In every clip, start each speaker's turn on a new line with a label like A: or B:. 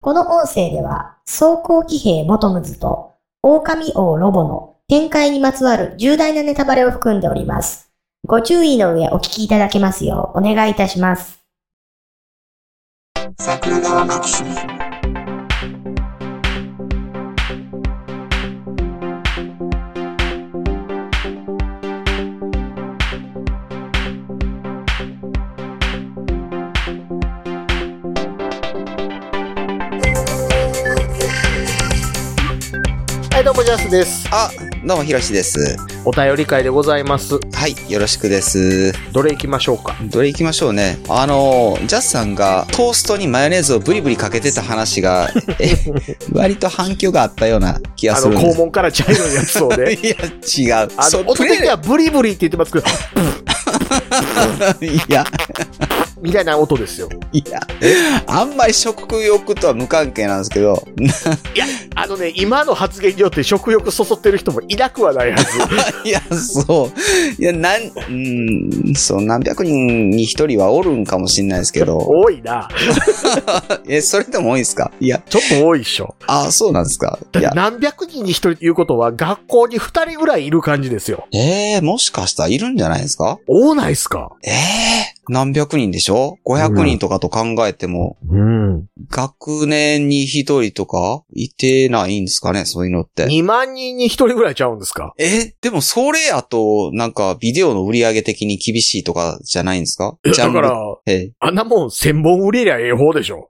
A: この音声では、装甲騎兵ボトムズと、狼王ロボの展開にまつわる重大なネタバレを含んでおります。ご注意の上お聞きいただけますようお願いいたします。
B: 桜川マキシム
C: はい、どうも、ジャスです。
B: あ、どうもひろしです。
C: お便り会でございます。
B: はい、よろしくです。
C: どれ行きましょうか
B: どれ行きましょうね。あのー、ジャスさんがトーストにマヨネーズをブリブリかけてた話 が、え、割と反響があったような気が
C: あ
B: する
C: の、
B: んで
C: 肛
B: す。
C: 門から茶色いやつそう で。
B: いや、違う。
C: あ
B: そ
C: の、
B: う
C: 音的にはブリブリって言ってますけど、
B: プレイいや、
C: みたいな音ですよ。
B: いや、あんまり食欲とは無関係なんですけど、
C: あのね、今の発言によって食欲そそってる人もいなくはないはず。
B: いや、そう。いや、なん、うん、そう、何百人に一人はおるんかもしれないですけど、
C: 多いな。
B: え、それでも多いんですかいや、
C: ちょっと多いっしょ。
B: あ、そうなんですかい
C: だって
B: や、
C: 何百人に一人ということは、学校に二人ぐらいいる感じですよ。
B: ええもしかしたらいるんじゃないですか
C: 多ないっすか
B: ええ何百人でしょ ?500 人とかと考えても、
C: うん。
B: 学年に一人とかいてないんですかねそういうのって。
C: 2万人に一人ぐらいちゃうんですか
B: え、でもそれやと、なんかビデオの売り上げ的に厳しいとかじゃないんですかジャ
C: だ
B: ン
C: か
B: ル
C: ら、
B: え
C: あんなもん千本売れりゃええ方でしょ。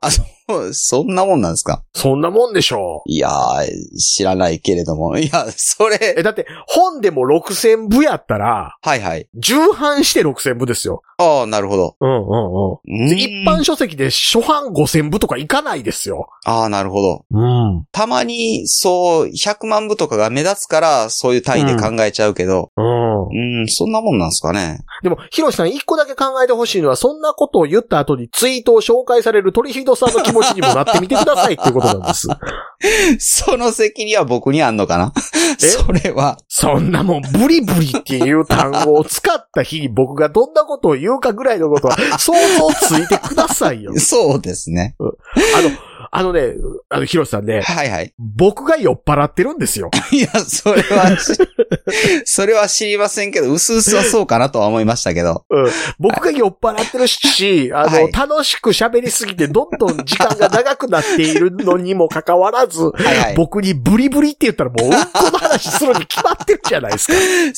B: え、そんなもんなんですか
C: そんなもんでしょ。
B: いやー、知らないけれども。いや、そ
C: え、
B: れ、
C: だって、本でも6000部やったら、
B: はいはい。
C: 重版して6000部ですよ。
B: ああ、なるほど。
C: うんうんうん。
B: う
C: で
B: ん
C: 一般書籍で初版5000部とかいかないですよ。
B: ああ、なるほど。
C: うん。
B: たまに、そう、100万部とかが目立つから、そういう単位で考えちゃうけど、
C: うん。
B: うん、そんなもんなんですか ね。
C: でも、ヒロシさん一個だけ考えてほしいのは、そんなことを言った後にツイートを紹介される鳥ひどさんの気持ちにもなってみてくださいっていうことなん です。
B: その責任は僕にあんのかな
C: え
B: それは。
C: そんなもん、ブリブリっていう単語を使った日に僕がどんなことを言うかぐらいのことは、想像ついてくださいよ。
B: そうですね。
C: あの、あのね、あの、ヒロシさんね、
B: はいはい。
C: 僕が酔っ払ってるんですよ。
B: いや、それは し、それは知りませんけど、うすうすはそうかなとは思いましたけど。
C: 僕が酔っ払ってるし、あ の、
B: はい
C: 楽しく喋りすぎて、どんどん時間が長くなっているのにもかかわらず、
B: はいはい。
C: 僕にブリブリって言ったらもう、うんこの話するに決まってるじゃないで すか。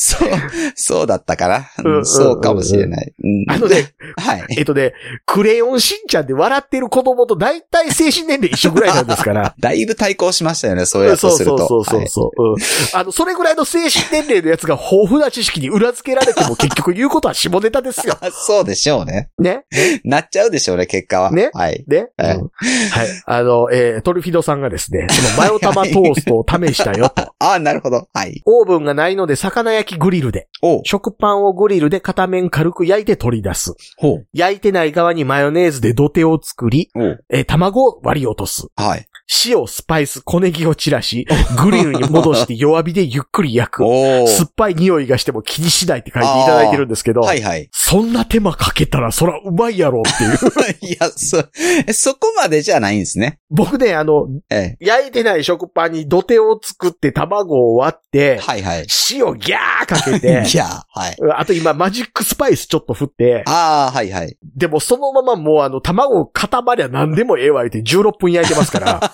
B: そう、そうだったかな。
C: うん
B: う
C: うんん
B: そうかもしれない。うん
C: あのね、
B: はい。
C: えっとね、クレヨンしんちゃんで笑ってる子供と大体精神年齢一緒ぐらいなんですから。
B: だいぶ対抗しましたよね、そう
C: う
B: や
C: ん
B: っと
C: そう
B: する
C: そ
B: と。
C: うそうそう
B: はい
C: そう、うんあの、それぐらいの精神年齢のやつが豊富な知識に裏付けられても結局言うことは下ネタですよ。
B: あ そうでしょうね。
C: ね。
B: なっちゃうでしょうね、結果は。
C: ね
B: はい。
C: ね。うん
B: は
C: はいい。あの、えートルフィドさんがですね、そのマヨタマトーストを試したよと。
B: ああ、なるほど。はい。
C: オーブンがないので魚焼きグリルで。
B: おう。
C: 食パンをグリルで片面軽く焼いて取り出す。
B: ほう。
C: 焼いてない側にマヨネーズで土手を作り、
B: おう。
C: えー卵を割り落とす。
B: はい。
C: 塩、スパイス、小ネギを散らし、グリルに戻して弱火でゆっくり焼く。
B: おう。
C: 酸っぱい匂いがしても気にしないって書いていただいてるんですけど、
B: はいはい。
C: そんな手間かけたらそらうまいやろっていう。
B: いや、そ、えそこまでじゃないんですね。
C: 僕ね、あの、
B: え
C: 焼いてない食パンに土手を作って卵を割っ
B: え。
C: て、
B: はいはい。
C: 塩ギャーかけて、
B: いや、 はい。
C: あと今マジックスパイスちょっと振って、
B: ああ、はいはい。
C: でもそのままもうあの卵固まりゃ何でもええわ言って16分焼いてま すから、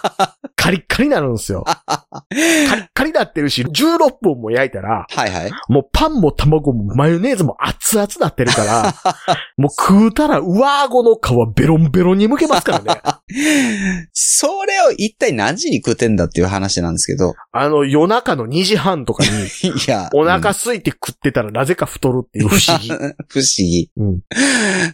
C: カリッカリになるんですよ。カリッカリになってるし、16分も焼いたら、
B: はいはい。
C: もうパンも卵もマヨネーズも熱々なって るから、もう食うたら上顎の皮ベロンベロンに剥けますからね。
B: それを一体何時に食ってんだっていう話なんですけど。
C: あの夜中の2時半とかに、
B: いや。
C: お腹空いて食ってたらなぜか太るっていう不思議。
B: うん。不思議。
C: うん。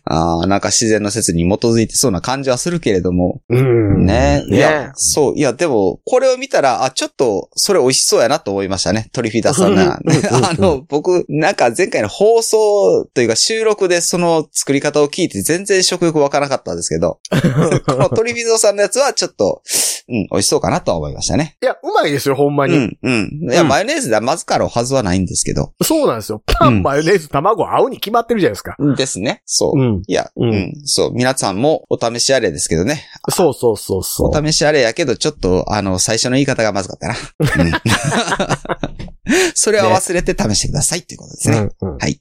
B: ああ、なんか自然の説に基づいてそうな感じはするけれども。
C: うん。
B: ねい
C: ね
B: や、そう。いや、でも、これを見たら、あ、ちょっと、それ美味しそうやなと思いましたね。トリフィダさんなら。
C: うんうんうん
B: あの、僕、なんか前回の放送というか収録でその作り 方を聞いて全然食欲わからなかったんですけど、このトリフィダさんのやつはちょっと、うん、美味しそうかなとは思いましたね。
C: いや、うまいですよ、ほんま
B: う
C: に。
B: ん、うん。いや、
C: うん
B: マヨネーズではまずかろうはずはないんですけど。
C: そうなんですよ。パ
B: うん
C: ン、マヨネーズ、卵、合うに決まってるじゃないですか。
B: ですね。そうう。
C: ん。
B: いや、う
C: うん
B: ん、そう。皆さんもお試しあれですけどね。
C: そうそうそうそ
B: お
C: う。
B: 試しあれやけど、ちょっと、あの、最初の言い方がまずかったな。うん それは忘れて試してくださいっていうことですね。
C: うんうん
B: はい。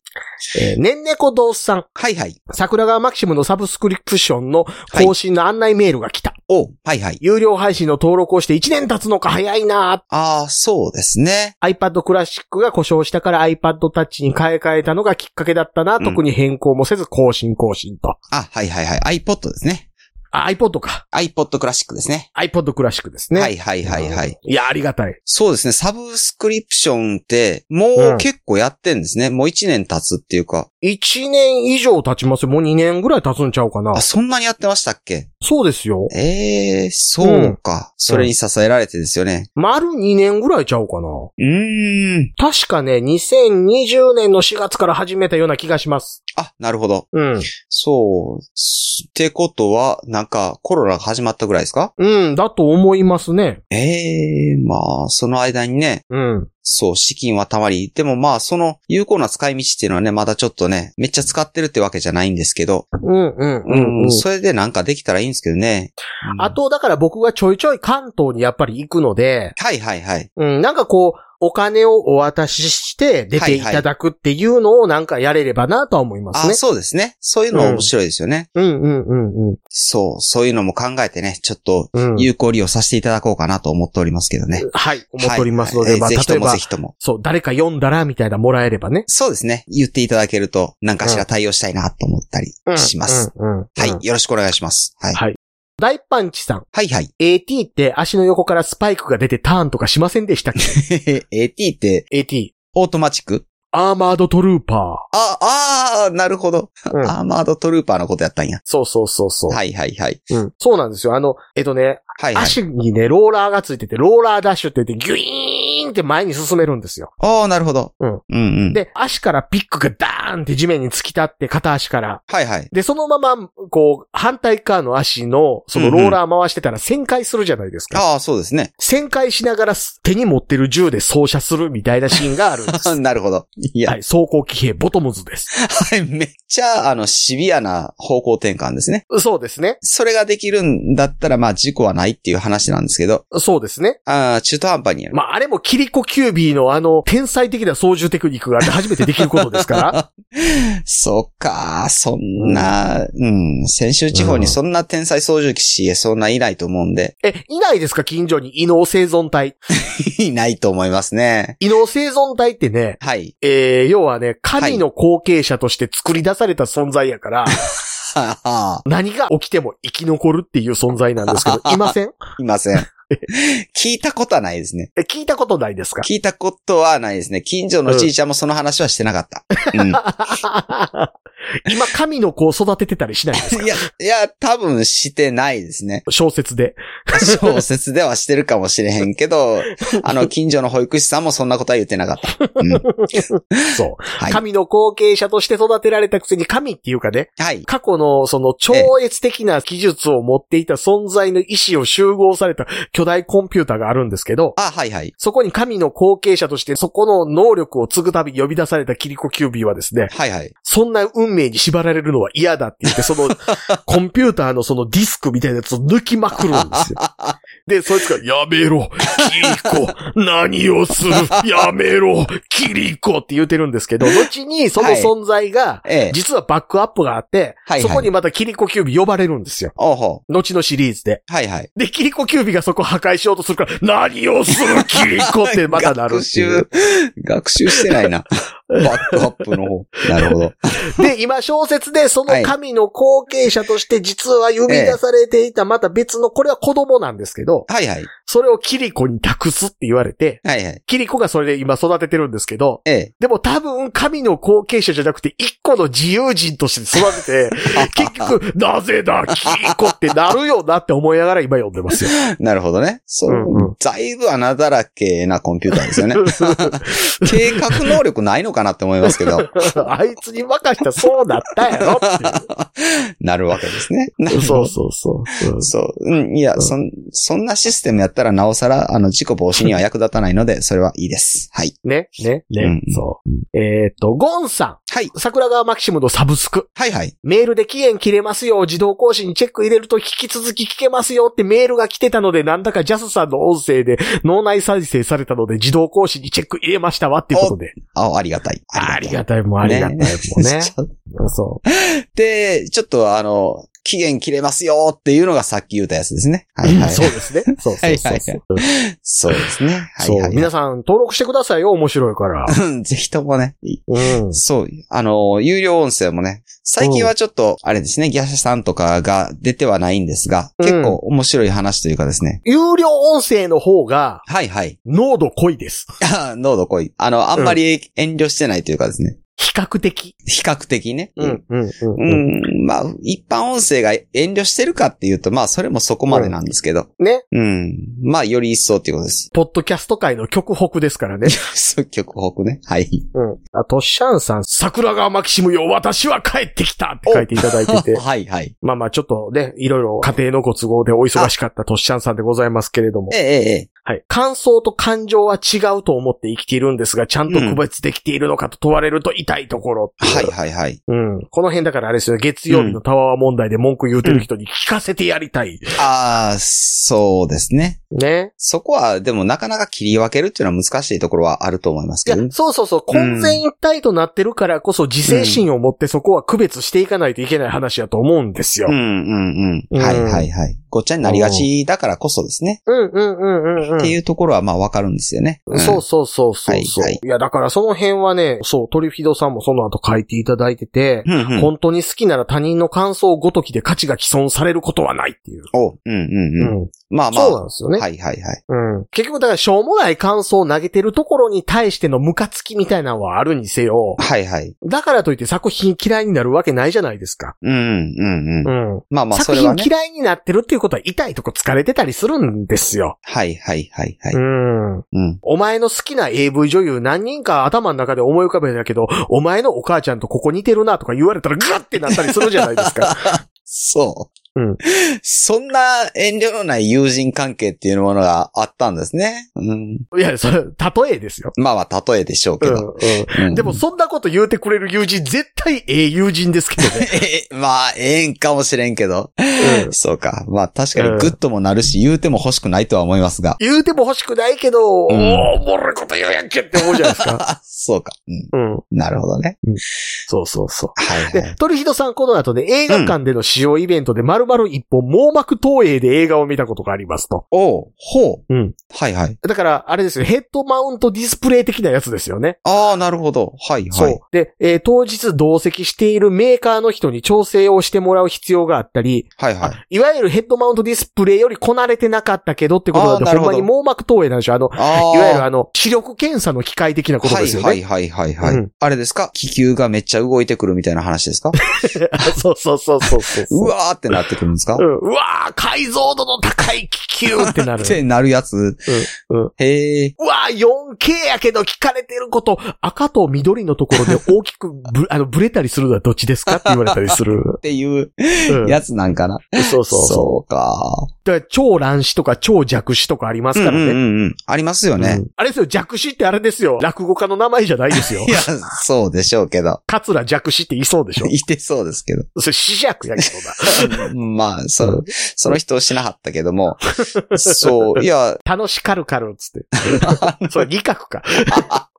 C: えー、ねんねこ堂さん、
B: はいはい。
C: 桜川マキシムのサブスクリプションの
B: はい
C: 更新の案内メールが来た。
B: おうはいはい。
C: 有料配信の登録をして1年経つのか早いな
B: ああ、そうですね。
C: iPad クラシックが故障したから iPad Touch に買い替えたのがきっかけだったな。
B: うん
C: 特に変更もせず更新更新と。
B: あ、はいはいはい。iPod ですね。
C: あ、iPod か。
B: iPod クラシックですね。
C: iPod クラシックですね。
B: はいはいはいはい。。
C: いや、ありがたい。
B: そうですね。サブスクリプションって、も
C: う
B: うん結構やってんですね。もう1年経つっていうか。
C: 1年以上経ちますよ。もう2年ぐらい経つんちゃうかな
B: あ、。そんなにやってましたっけ
C: そうですよ。
B: ええそうか、それに支えられてですよね。
C: 丸2年ぐらいちゃうかな。
B: うーん。
C: 確かね、2020年の4月から始めたような気がします。
B: あ、なるほど。
C: うん。
B: そう。すってことは、なんか、コロナが始まったぐらいですか
C: うん、だと思いますね。
B: ええまあ、その間にね、
C: うん。
B: そう、資金はたまり、でもまあ、その有効な使い道っていうのはね、まだちょっとね、めっちゃ使ってるってわけじゃないんですけど、
C: うん、うん、
B: う、
C: うんん、うん。
B: それでなんかできたらいいんですけどね。うん
C: あ、と、だから僕がちょいちょい関東にやっぱり行くので、
B: はいはいはい。
C: うん、なんかこう、お金をお渡しして出ていただくっていうのをなんかやれればなとは思いま
B: あ、
C: すね。
B: そうですね。そういうの面白いですよね。
C: うんうんうん
B: そう、そういうのも考えてね、ちょっと
C: うん。うん、
B: 有効利用させていただこうかなと思っておりますけどね。
C: はい、思っておりますので、
B: はい
C: まあ、
B: えー
C: 例
B: ぜひと
C: え
B: も
C: ば
B: ぜ、ひとも。
C: そう、誰か読んだらみたいなもらえればね。
B: そうですね。言っていただけると、何かしら対応したいなと思ったり
C: うん
B: します。。
C: うんうんうん
B: はい。よろしくお願いします。はい。
C: はい大パンチさん、
B: はい はい。
C: AT って足の横からスパイクが出てターンとかしませんでしたっけ
B: AT って、
C: ?AT。
B: オートマチック
C: アーマードトルーパ
B: あ、あー、なるほど。
C: ー。うん。
B: アーマードトルーパーのことやったんや。
C: そうそうそうそう、
B: はいはいはい。
C: うん。そうなんですよ。あの、えっとね、
B: はいはい。
C: 足にね、ローラーがついてて、ローラーダッシュって言って、ギュイーンって前に進めるんですよ。
B: あー、なるほど。
C: うん
B: うんうん。
C: で、足からピックがダーンって地面に突き立って、片足から。
B: はいはい。
C: で、そのまま、こう、反対側の足の、そのローラー回してたら旋回するじゃないですか。
B: あー、そうですね。
C: 旋回しながら手に持ってる銃で装射するみ たいなシーンがあるんです。は、
B: なるほど。いや、はい
C: 走行機兵ボトムズです。
B: い。めっちゃ、あの、シビアな方向転換ですね。
C: そうですね。
B: それができるんだったら、まあ、事故はないっていう話なんですけど、
C: そうですね。
B: あー、中途半端にやる。
C: まあ、あれもキリコキュービーのあの、天才的な操縦テクニックがあって初めてできることですから。
B: そっか、そんな、うん、先州地方にそんな天才操縦士、そんないないと思うんで、
C: え、いないですか近所に異能生存体。
B: いないと思いますね。
C: 異能生存体ってね、
B: はい。
C: えー、要はね、神の後継者として作り出された存在やから、
B: はあは
C: 何が起きても生き残るっていう存在なんですけど、いません
B: あいま せん。聞いたことはないですね。
C: え、聞いたことないですか
B: 聞いたことはないですね。近所のじいちゃんもその話はしてなかった。うん
C: 今、神の子を育ててたりしないですか
B: いや、いや、多分してないですね。
C: 小説で。
B: 小説ではしてるかもしれへんけど、 あの、近所の保育士さんもそんなことは言ってなかった。うん
C: そう。
B: はい。
C: 神の後継者として育てられたくせに神っていうかね、
B: はい。
C: 過去のその超越的な技術を持っていた存在の意志を集合された巨大コンピューターがあるんですけど、
B: あ、はいはい。
C: そこに神の後継者としてそこの能力を継ぐたび呼び出されたキリコキュービーはですね、
B: はいはい。
C: そんな運命に縛られるのは嫌だって言って、そのコンピューターのそのディスクみたいなやつを抜きまくるんですよ。で、そいつが、やめろ、キリコ、 何をする、やめろ、キリコって言ってるんですけど、後にその存在が、
B: ええ。
C: 実はバックアップがあって、
B: はいはい
C: そこにまたキリコキュービ呼ばれるんですよ。
B: おうほう。
C: 後のシリーズで。
B: はいはい。
C: で、キリコキュービがそこ破壊しようとするから、何をするキリコってまたなる
B: 学
C: っていう
B: 習、学習してない な。バックアップの方。なるほど。
C: で、今小説でその神の後継者として実は呼び出されていたまた別の、これは子供なんですけど、
B: はいはい。
C: それをキリコに託すって言われて、
B: はいはい。
C: キリコがそれで今育ててるんですけど、
B: ええ。
C: でも多分神の後継者じゃなくて一個の自由人として育 てて、結局、なぜだ、キリコってなるよなって思いながら今読んでますよ。
B: なるほどね。そう、
C: うんうん
B: だいぶ穴だらけなコンピューターですよ ね。計画能力ないのかなって思いますけ ど、
C: あいつに任したらそうだった やろっ
B: なるわけですね。
C: ていう。そうそうそう。うん
B: そう。うん、いや、そん、そんなシステムやったら、なおさら、あの、事故防止には役立たないので、それはいいです。はい。
C: ね、ね、ね、
B: うん
C: そう。えーっと、ゴンさ
B: はい。
C: ん。桜川マキシムのサブスク。
B: はいはい。
C: メールで期限切れますよ。自動更新チェック入れると引き続き聞けますよってメールが来てたので、なんだかジャスさんの音声で脳内再生されたので、自動更新にチェック入れましたわっていうことで。
B: あ、ありがたい。
C: ありが
B: た
C: たいもんありがたいもんね。
B: ちょっと
C: そう。
B: で、ちょっとあの、期限切れますよっていうのがさっき言ったやつですね。はいはい。
C: そうですね。そうそうそうそう。
B: そうですね。はい
C: そう
B: はいはい
C: 皆さん登録してくださいよ。面白いから。
B: うん ぜひともね。
C: うん。
B: そう。あの、有料音声もね。最近はちょっと、あれですね、ギャシャさんとかが出てはないんですが、
C: うん
B: 結構面白い話というかですね。
C: 有料音声の方が、
B: はいはい。
C: 濃度濃いです。
B: あ濃度濃い。あの、あんまり遠慮してないというかですね。
C: 比較的。
B: 比較的ね。
C: うん、うん、
B: う
C: うん。
B: ん、まあ、一般音声が遠慮してるかっていうと、まあ、それもそこまでなんですけど。
C: ね。
B: うん。まあ、より一層っていうことです。
C: ポッドキャスト界の極北ですからね。
B: そう、 曲北ね。はい。
C: うん。あと、シャンさん、桜川マキシムよ、私は帰ってきたって書いていただいて て。
B: はいはい。
C: まあまあ、ちょっとね、いろいろ家庭のご都合でお忙しかったとっしゃんさんでございますけれども
B: え。えええ。
C: はい。感想と感情は違うと思って生きているんですが、ちゃんと区別できているのかと問われると痛いところ。
B: はい。はいはい。
C: うん。この辺だからあれですよね、月曜日のタワー問題で文句言うてる人に聞かせてやりたい。
B: ああ、そうですね。
C: ね。
B: そこは、でもなかなか切り分けるっていうのは難しいところはあると思います
C: い
B: け
C: や
B: ど、ね。
C: そうそうそう、
B: うん
C: 混然一体となってるからこそ自制心を持ってそこは区別していかないといけない話だと思うんですよ
B: うん。うんう。
C: うんん
B: はいはいはい。ごっちゃになりがちだからこそですね。
C: うんうんうんうん
B: って
C: う
B: いうところはまあわかるんですよね。
C: ん。そううそうそうそうそう、
B: はい
C: い
B: はい
C: や、だからその辺はね、そう、トリフィドさんもその後書いていただいてて、
B: ん。うんうん。
C: 本当に好きなら他人の感想ごときで価値が毀損されることはないっていう。
B: おう。うんうん
C: う
B: うん。
C: ん。
B: まあまあ。
C: そうなんですよね。
B: はいはいはい。
C: うん。結局だからしょうもない感想を投げてるところに対してのムカつきみたいなのはあるにせよ、
B: はいはい。
C: だからといって作品嫌いになるわけないじゃないですか。
B: うんうんう。
C: うんん。
B: まあまあ、そ
C: 作
B: れは
C: 品
B: ね。
C: 嫌いになってるっていうことは痛いとこ疲れてたりするんですよ。
B: はいはいはいはい。
C: ん。
B: うん。
C: お前の好きな AV 女優何人か頭の中で思い浮かべるんだけど、お前のお母ちゃんとここ似てるなとか言われたらグッてなったりするじゃないです か。
B: そう。
C: うん
B: そんな遠慮のない友人関係っていうものがあったんですね。うん、
C: いや、それ、例えですよ。
B: まあまあ、例えでしょう
C: う
B: け
C: ん、
B: ど。
C: う
B: うん
C: ん。でも、そんなこと言うてくれる友人、絶対ええ友人ですけどね。
B: えまあ、ええんかもしれんけど。
C: うん
B: そうか。まあ、確かにグッともなるし、言うても欲しくないとは思いますが。
C: 言うても欲しくないけど、
B: うん
C: おーおもろいこと言うやんけって思うじゃないですか。
B: あそうか。 うん。
C: うん。
B: なるほどね。
C: そうそうそう。
B: はいは
C: で
B: い、。
C: トリヒドさんこの後で映画館での使用イベントで丸々一本網膜投影で映画を見たことがありますと。
B: おう、ほう。
C: うん。
B: はいはい。
C: だから、あれですよ、ヘッドマウントディスプレイ的なやつですよね。
B: ああ、なるほど。はい
C: そ
B: は
C: う。
B: い。
C: で、えー当日同席しているメーカーの人に調整をしてもらう必要があったり、
B: はいはい。
C: いわゆるヘッドマウントディスプレイよりこなれてなかったけどってことだ
B: あー
C: と、
B: なる
C: ほん
B: ほど
C: まに網膜投影なんですよ。あの、
B: ああ。
C: いわゆるあの、視力検査の機械的なことですよね。
B: はいはいはいはいはい。
C: うん
B: あれですか気球がめっちゃ動いてくるみたいな話ですか
C: そうそうそうそうそう
B: うわーってなってくるんですか、
C: うんうわー、解像度の高い気球ってな る
B: っ。てなるやつ。
C: うん
B: へえ。
C: うわー、4K やけど聞かれてること、赤と緑のところで大きくぶ、 あの、ぶれたりするのはどっちですかって言われたりする。
B: っていう
C: うん
B: やつなんかな。
C: そうそうそう。
B: そうか。
C: だから超乱視とか超弱視とかありま
B: う
C: す
B: んう
C: から
B: んう
C: ね。
B: んうん。ありますよ
C: う
B: ね。
C: んあれですよ、弱視ってあれですよ。落語家の名前じゃないですよ
B: い。や、そうでしょうけど。
C: 桂弱視っていそうでしょ。
B: いてそうですけど。
C: それ死弱やけどな。
B: まあ、そうう、その人をしなかったけども。そう、いや、
C: 楽しかるかるっつって。それ二角か。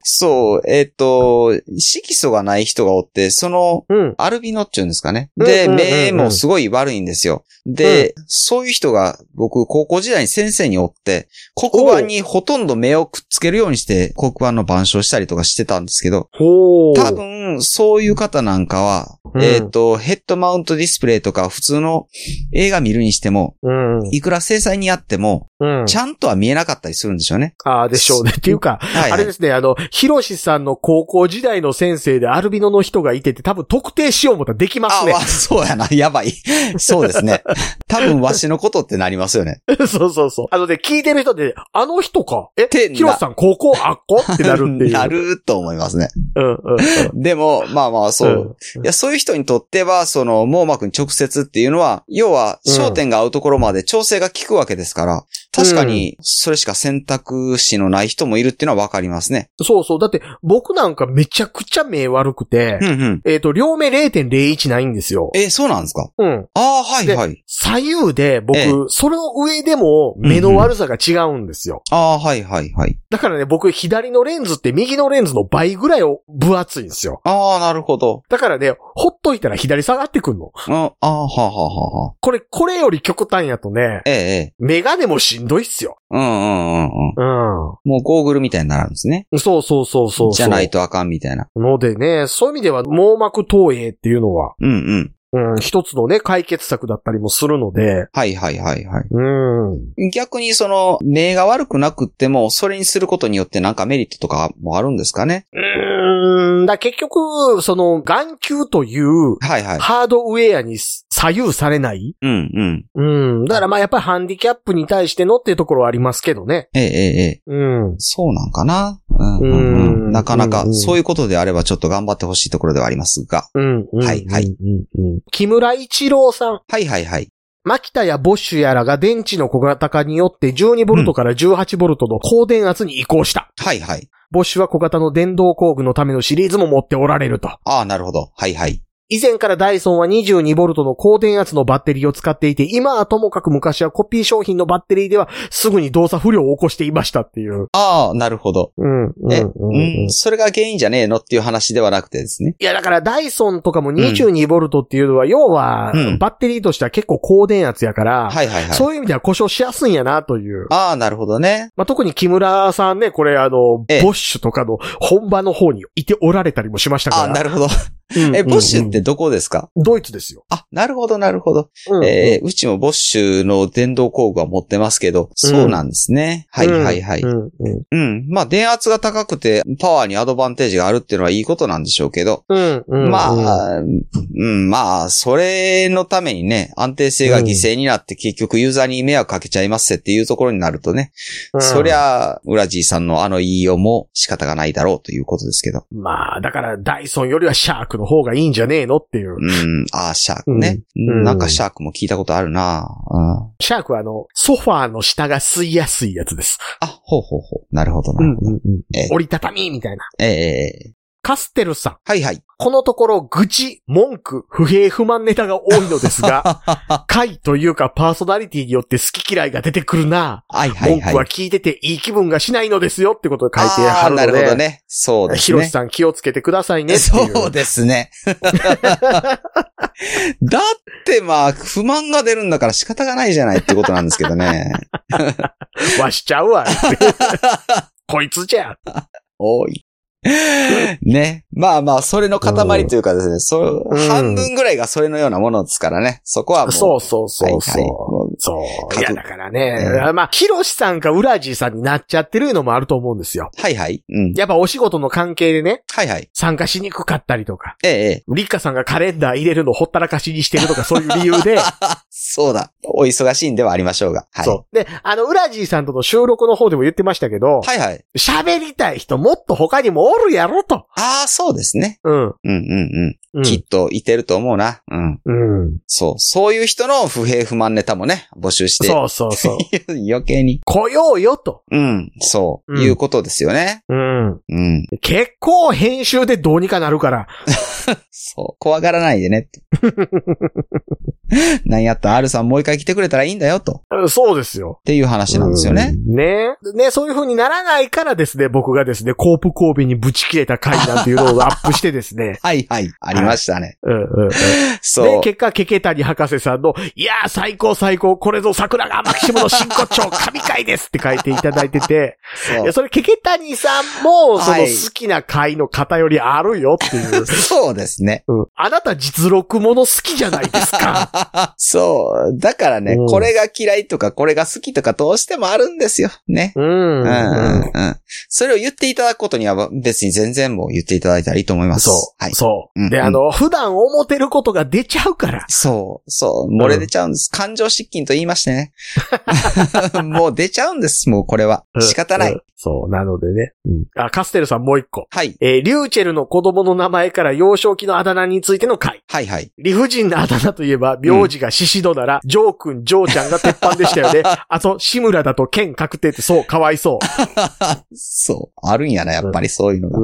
B: そう、えっ、と、色素がない人がおって、その、
C: うん。
B: アルビノっていうんですかね。で、
C: うんうんうんうん
B: 目もすごい悪いんですよ。で、そういう人が僕、高校時代に先生におって、黒板にほとんど目をくっつけるようにして、黒板の板書をしたりとかしてたんですけど、
C: ほう。
B: 多分、そういう方なんかは、
C: うん
B: えっ、と、ヘッドマウントディスプレイとか、普通の映画見るにしても、
C: うん。
B: いくら精細にやっても、
C: うん。
B: ちゃんとは見えなかったりするんでしょうね。
C: ああ、でしょうね。っていうか、
B: はい、
C: あれですね、あの、ヒロシさんの高校時代の先生でアルビノの人がいてて、多分特定しようもたらできます
B: あ、
C: ね
B: わ。そうやな。やばい。そうです ね。多分、わしのことってなりますよね。
C: そうそうそう。あのね、聞いてる人で、あの人か。え
B: てな
C: ヒロシさん高校あっこってなるっていう。
B: な。ると思いますね。
C: うんうんうん。
B: でも、まあまあ、そう。いや、そういう人にとっては、その、網膜に直接っていうのは、要は、
C: うん
B: 焦点が合うところまで調整が効くわけですから、確かに、それしか選択肢のない人もいるっていうのはわかりますね。
C: うん。そうそう。だって、僕なんかめちゃくちゃ目悪くて、
B: うんうん。
C: えっ、と、両目0.01ないんですよ。
B: え、そうなんですか
C: うん。
B: ああ、はい
C: で
B: はい。
C: 左右で僕、
B: ええ
C: それの上でも目の悪さが違うんですよ。
B: ああー、はいはいはい。
C: だからね、僕左のレンズって右のレンズの倍ぐらいを分厚いんですよ。
B: ああ、なるほど。
C: だからね、ほっといたら左下がってくんの。
B: うん、ああ、はあはあはあはあ。
C: これ、これより極端やとね、
B: ええ、ええ。
C: メガネもしんどいっすよ。
B: うんうんうんうん。
C: う
B: もうゴーグルみたいになるんですね。
C: ん。そうそうそうそうそう。
B: じゃない。とあかんみたいな。
C: のでね、そういう意味では網膜投影っていうのは、
B: うんうん。
C: うん、一つのね、解決策だったりもするので、
B: はいはいはいはい。
C: うん。
B: 逆にその、目が悪くなくっても、それにすることによってなんかメリットとかもあるんですかね
C: うん、だ結局、その、眼球という、
B: はいはい。
C: ハードウェアに左右されない
B: うんうん。
C: うん。だからまあやっぱりハンディキャップに対してのっていうところはありますけどね。
B: ええええええ。
C: うん。
B: そうなんかなうんうんうん
C: うん
B: なかなか
C: う、んうん
B: そういうことであればちょっと頑張ってほしいところではありますが。
C: うん。うん
B: はいはい。
C: うんうん。木村一郎さん。
B: はいはいはい。
C: 牧田やボッシュやらが電池の小型化によって 12V から 18V の高電圧に移行した。
B: はいはい。
C: ボッシュは小型の電動工具のためのシリーズも持っておられると。
B: ああ、なるほど。はいはい。
C: 以前からダイソンは 22V の高電圧のバッテリーを使っていて、今はともかく昔はコピー商品のバッテリーではすぐに動作不良を起こしていましたっていう。
B: ああ、なるほど。
C: うん。うん
B: え、
C: うん
B: うん、それが原因じゃねえのっていう話ではなくてですね。
C: いや、だからダイソンとかも 22V っていうのは、要は
B: うん、
C: バッテリーとしては結構高電圧やから、
B: はいはいはい。
C: そういう意味では故障しやすいんやなという。
B: ああ、なるほどね。
C: まあ、特に木村さんね、これあの、
B: ええ
C: ボッシュとかの本場の方にいておられたりもしました
B: あ
C: か
B: あ、
C: ら。
B: なるほど。
C: うん
B: え、ボッシュっ
C: う
B: て
C: ん
B: どこですか
C: ドイツですよ。
B: あ、なるほど、なるほど。
C: うん
B: えーうちもボッシュの電動工具は持ってますけど、そうなんですね。はいはいはい。
C: う
B: うん。
C: んうん
B: まあ、電圧が高くて、パワーにアドバンテージがあるっていうのはいいことなんでしょうけど、
C: うんうん
B: ま、あ、うん、まあ、それのためにね、安定性が犠牲になって結局ユーザーに迷惑かけちゃいますっていうところになるとね、そり
C: ゃ。
B: ゃ、ウラジーさんのあの言いようも仕方がないだろうということですけど。
C: まあ、だからダイソンよりはシャークの方がいいんじゃねえのっていう。
B: うん、あーシャークね、
C: うん
B: なんかシャークも聞いたことあるなぁうん。
C: シャークはあの、ソファーの下が吸いやすいやつです。
B: あ、ほうほうほう。なるほどなるほど。ええ
C: 折りたたみみたいな。
B: ええ
C: カステルさん。
B: はいはい。
C: このところ、愚痴、文句、不平不満ネタが多いので すが、回というかパーソナリティによって好き嫌いが出てくるな。
B: はいはい
C: 文句
B: は。
C: はい聞いてていい気分がしないのですよってことを書いてあ
B: あ
C: る
B: ー
C: ので。
B: なるほどね。そうです
C: ひろし
B: ね。
C: さん気をつけてくださいねってい う。
B: そうです ね。だってまあ、不満が出るんだから仕方がないじゃないってことなんですけど ね。
C: わしちゃうわ。 こいつじゃ。
B: おい。ね。まあまあ、それの塊というかですね、そう
C: うん
B: 半分ぐらいがそれのようなものですからね。そこはもう。
C: そうそうそう
B: はいはい
C: そう。
B: もう
C: そう。
B: 各
C: いや、だからね、
B: う
C: まあ、ヒロシさんかウラジーさんになっちゃってるのもあると思うんですよ。
B: はいはい。うん。
C: やっぱお仕事の関係でね、
B: はいはい。
C: 参加しにくかったりとか、
B: ええええ。
C: リッカさんがカレンダー入れるのほったらかしにしてる とかそういう理由で、
B: そうだ。お忙しいんではありましょうが。はい。
C: そう。で、あの、ウラジーさんとの収録の方でも言ってましたけど、
B: はいはい。
C: 喋りたい人もっと他にもおるやろと。
B: ああ、そうですね。
C: うん。
B: うんうん
C: う
B: うんん。きっといてると思うな。うん。
C: うん。
B: そう。そういう人の不平不満ネタもね、募集して。
C: そうそうそう。
B: 余計に。
C: 来ようよと。
B: うん。そう、
C: うん
B: いうことですよね。
C: うん。
B: うん。
C: 結構編集でどうにかなるから。
B: そう、怖がらないでね って。なんやったら R さんもう一回来てくれたらいいんだよと。っ
C: そうですよ。
B: ていう話なんですよね。。
C: うん。ねね、そういう風にならないからですね、僕がですね、コープ神戸にぶち切れた回なんていうのをアップしてですね
B: はいはい。ありましたね。
C: うんうんうん。
B: そ
C: で
B: う、。
C: 結果、ケケタニ博士さんの、いやー、最高最高、これぞ桜川マキシムの真骨頂、神回ですって書いていただいて て、い
B: そ
C: や、
B: う。
C: それケケタニさんも、そ
B: は
C: の
B: い
C: 好きな回の偏りあるよっていう。
B: そうですね。
C: うんあなた実録もの好きじゃないですか。
B: そう。だからね、
C: うん
B: これが嫌いとか、これが好きとか、どうしてもあるんですよ。ね。
C: うん。
B: うんうんうん。それを言っていただくことには別に全然もう言っていただいたらいいと思います。
C: そう。
B: はい。
C: そう。
B: うん
C: で、あの、普段思ってることが出ちゃうから。
B: そう、そう、漏れ出ちゃうんです。感情失禁と言いまして ね。もう出ちゃうんです、もうこれは。仕方ない。
C: うんそう、なのでね。うんあ、カステルさんもう一個。
B: はい、
C: えーリューチェルの子供の名前から幼少期のあだ名についての回。
B: はい、はい。
C: 理不尽なあだ名といえば、名字がシシドなら、ジョー君、ジョーちゃんが鉄板でしたよ ね。あと、志村だと剣確定って、そう、かわいそう。
B: そう、あるんやな、やっぱりそういうのが。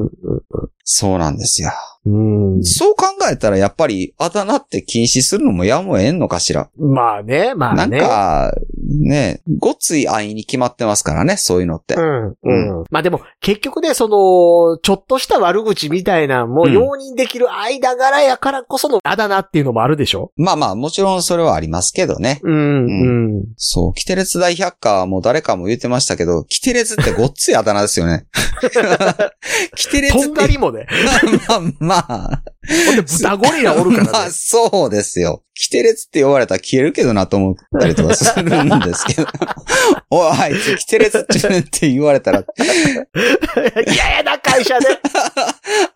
B: そうなんですよ。
C: うん
B: そう考えたら、やっぱり、あだ名って禁止するのもやむを得んのかしら。
C: まあね、ま
B: な
C: あ
B: ん
C: ね。
B: か、ね、ごつい安易に決まってますからね、そういうのって
C: う。ん、うん。まあでも、結局ね、その、ちょっとした悪口みたいなのも
B: うん
C: 容認できる間柄やからこそのあだ名っていうのもあるでしょ
B: まあまあ、もちろんそれはありますけどね。
C: うん、うん。
B: そう、キテレツ大百科はもう誰かも言ってましたけど、キテレツってごっついあだ名ですよ ね。キテレツ
C: と
B: っ
C: んが
B: て
C: りもね。
B: まあまあ。
C: ほんで、豚ゴリラおるか
B: ま
C: ら
B: あ
C: ね。
B: そうですよ。キテレツって呼ばれたら消えるけどなと思ったりとかするんです けど。おい、あいつキテレツって言われたら、
C: いやいやな会社で。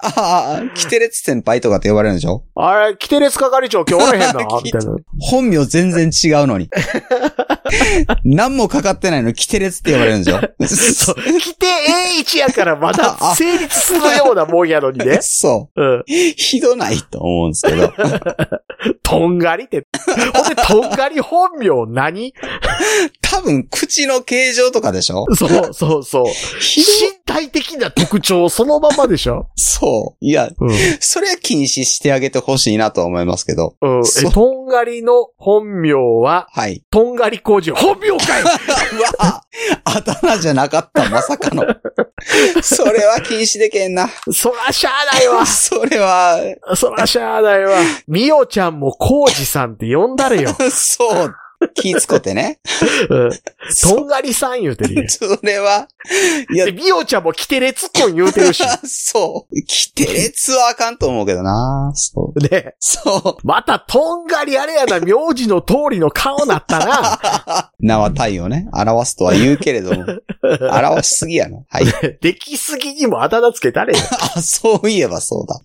B: ああ、キテレツ先輩とかって呼ばれるんでしょ
C: あれ、キテレツ係長今日おらへん な、みたいな。
B: 本名全然違うのに。何もかかってないのにキテレツって呼ばれるんでしょ。
C: そう。規定 A1 やからまだ成立するようなもんやのにね
B: そ
C: うん。
B: う。ひどないと思うんですけど。
C: とんがりって。ほんで、とんがり本名何
B: 多分、口の形状とかでしょ
C: そうそうそう。
B: ひどい。
C: 身体的な特徴そのままでしょ
B: そう。いや、
C: うん。う
B: それは禁止してあげてほしいなとは思いますけど。
C: ん。
B: そ
C: え、
B: う
C: とんがりの本名は、
B: はい。
C: とんがり工事。本名か よ
B: うわあだ名じゃなかった、まさかの。それは禁止でけんな。
C: そらしゃあないわ。
B: それは、
C: そらしゃあないわ。みおちゃんも工事さんって呼んだれよ。
B: そう、気つこてね。
C: うん。と
B: そ
C: んがりさん言うてるやん。
B: それは、いや
C: で、、みおちゃんもキテレツくん言うてるし。
B: そう、キテレツはあかんと思うけどな。そう。
C: ね。
B: そ
C: また、とんがりあれやな、名字の通りの顔なったな。
B: う。名は体をね、表すとは言うけれど も、表しすぎやな。はい。
C: できすぎにもあだ名つけたれよ。
B: あ、そういえばそうだ。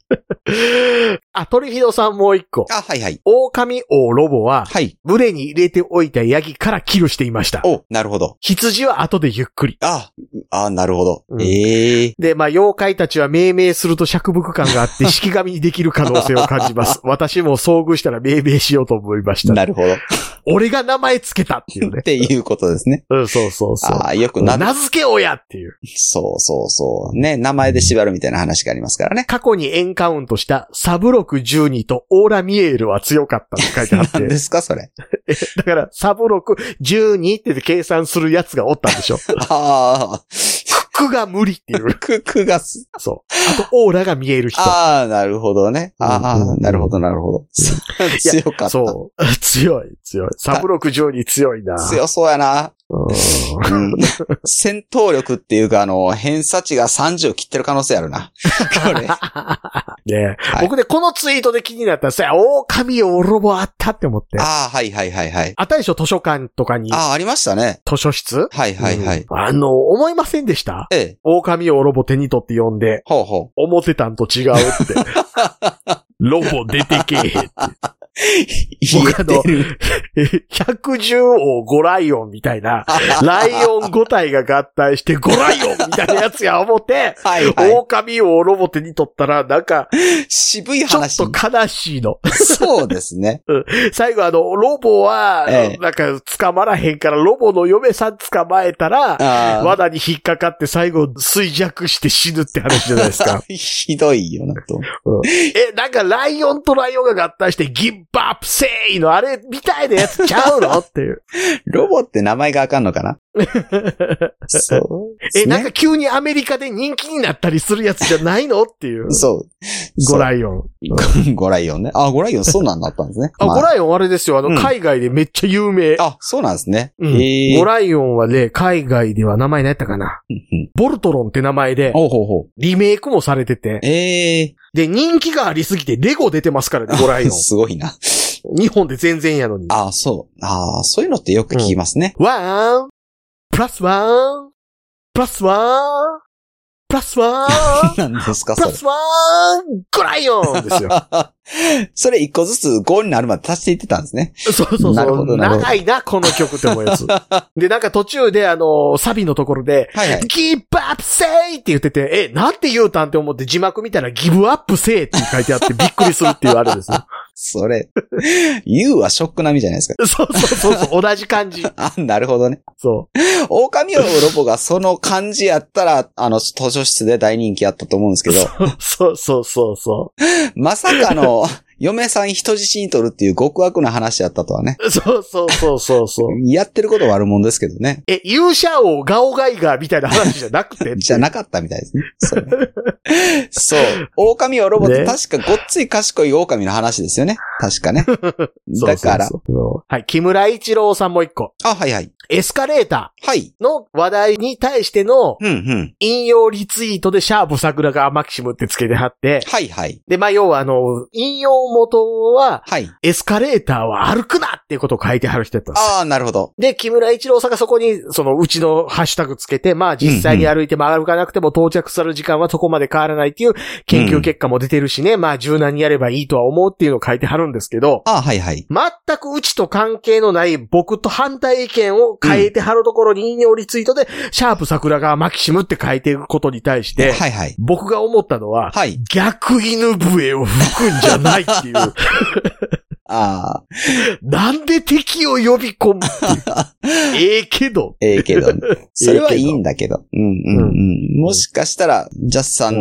C: あ、トリフィドさんもう一個。
B: あ、はいはい。
C: 狼王ロボは、
B: はい。
C: 胸に入れておいたヤギからキルしていました。
B: お、なるほど。
C: 羊は後でゆっくり。
B: あ、あ、なるほど。
C: うん
B: ええ
C: で、まあ、妖怪たちは命名すると尺伏感があって、式神にできる可能性を感じます。私も遭遇したら命名しようと思いました。
B: なるほど。っ
C: 俺が名前つけたっていうね。
B: ていうことですね。
C: うん、そうそう そう。
B: ああ、よくな、
C: 名付け親っていう。
B: そうそうそう。ね、名前で縛るみたいな話がありますからね。
C: 過去にエンカウントしたサブロク12とオーラミエールは強かったって書いてあっ
B: 何で
C: て。
B: すか、それ。
C: だから、サブロク12って計算するやつがおったん でしょ。
B: ああ、
C: 服が無理っていう。
B: く、くがす。
C: そう。あと、オーラが見える人。
B: ああ、なるほどね。
C: うんうん
B: あ
C: う
B: あ、
C: ん
B: なるほど、なるほど。
C: いや
B: 強かった。
C: そう。強い、強い。サブロク12強いな。
B: 強そうやな。
C: うん
B: うん。戦闘力っていうか、あの、偏差値が30を切ってる可能性ある な。これ。
C: ね
B: はい
C: 僕ね、このツイートで気になったらさ、狼オロボあったって思って。あ
B: ああ、はいはいはいはい。
C: ったでしょ図書館とかに、
B: ああ、ありましたね。
C: 図書室
B: はいはいはい。
C: うんあの、思いませんでした
B: ええ。
C: 狼オロボ手に取って読んで。
B: ほうほ
C: 思ってたんと違うって。ロボ出てけえへんって。
B: 言えてる。
C: 110王5ライオンみた いな、ライオン5体が合体して5ライオンみたいなやつや思って、
B: はいはい。
C: 狼王ロボテにとったら、なんか、
B: 渋い
C: ちょっ
B: 話。
C: と悲しいの。
B: そうですね。
C: 最後あの、ロボは
B: ええ、
C: なんか捕まらへんから、ロボの嫁さん捕まえたら、
B: あー。
C: 罠に引っかかって最後衰弱して死ぬって話じゃないですか
B: ひどいよなと。
C: え、なんかライオンとライオンが合体してギブアップせーいのあれみたいなやつちゃ うのっていう。
B: ロボって名前があかんのかなそうです ね。
C: え、なんか急にアメリカで人気になったりするやつじゃないのっていう。
B: そう。
C: ゴライオン。
B: イン。ゴライオンね。あ、ゴライオンそうなんだったんですね。
C: あ、
B: ま
C: ゴライオンあれですよ。あ
B: うん
C: の、海外でめっちゃ有名。
B: あ、そうなんですね。
C: うん
B: え
C: ゴライオンはね、海外では名前何やったかな。ボルトロンって名前で、
B: おうほうほう。
C: リメイクもされてて、
B: ええ
C: で、人気がありすぎて、レゴ出てますからね、ゴラ イオン。
B: すごいな。
C: 日本で全然やのに。
B: あそう。あそういうのってよく聞きますね。
C: ワン、プラスワン、プラスワン、プラスワン、
B: 何ですか、
C: プ
B: そ
C: ラ
B: れ。
C: スワン、ゴライオン ですよ。
B: それ一個ずつ5になるまで足していってたんですね。
C: そうそう
B: なる
C: そ
B: ほ
C: う。
B: どなるほど
C: 長いな、この曲って思う やつ。で、なんか途中で、あの、サビのところで、
B: はいはい。
C: ギブアップせーって言ってて、え、なんて言うたんって思って字幕見たらギブアップせーって書いてあってびっくりするっていうあれ ですね。
B: それ。言うはショック並みじゃないですか。
C: そうそうそうそう、同じ感じ。
B: あ、なるほどね。
C: そ
B: 狼王ロボがその感じやったら、あの、図書室で大人気やったと思うんです けど、
C: う。そうそうそうそ
B: まさかの、嫁さん人質に取るっていう極悪な話やったとはね。
C: う。そうそうそうそうそう。
B: やってることは悪者ですけどね。
C: え、勇者王ガオガイガーみたいな話じゃなくて
B: じゃなかったみたいですね。 そうね。そう。狼をロボって
C: ね
B: 確かごっつい賢い狼の話ですよね。確 かね。だから。
C: そうそうそうはい、木村一郎さんもう一個。
B: あ、はいはい。
C: エスカレータ
B: はい。
C: ーの話題に対しての
B: うんうん。
C: 引用リツイートでシャープ桜がマキシムってつけて貼って、
B: はいはい。
C: で、まあ、要はあの、引用元は、
B: はい。
C: エスカレーターは歩くなっていうことを書いてはる人やったんですよ。
B: ああ、なるほど。
C: で、木村一郎さんがそこに、そのうちのハッシュタグつけて、まあ実際に歩いても歩かなくても到着する時間はそこまで変わらないっていう研究結果も出てるしね、まあ柔軟にやればいいとは思うっていうのを書いてはるんですけど、
B: ああ、はいはい。
C: 全くうちと関係のない僕と反対意見を変えてはるところに引用リツイートで、シャープ桜川マキシムって書いてることに対して、
B: はいはい。
C: 僕が思ったのは、
B: はい。
C: 逆犬笛を吹くんじゃないって いう。
B: ああ、
C: なんで敵を呼び込むって いうえ えけど。
B: ええけど。それはいいんだけど。うんうんうん。もしかしたら、ジャスさん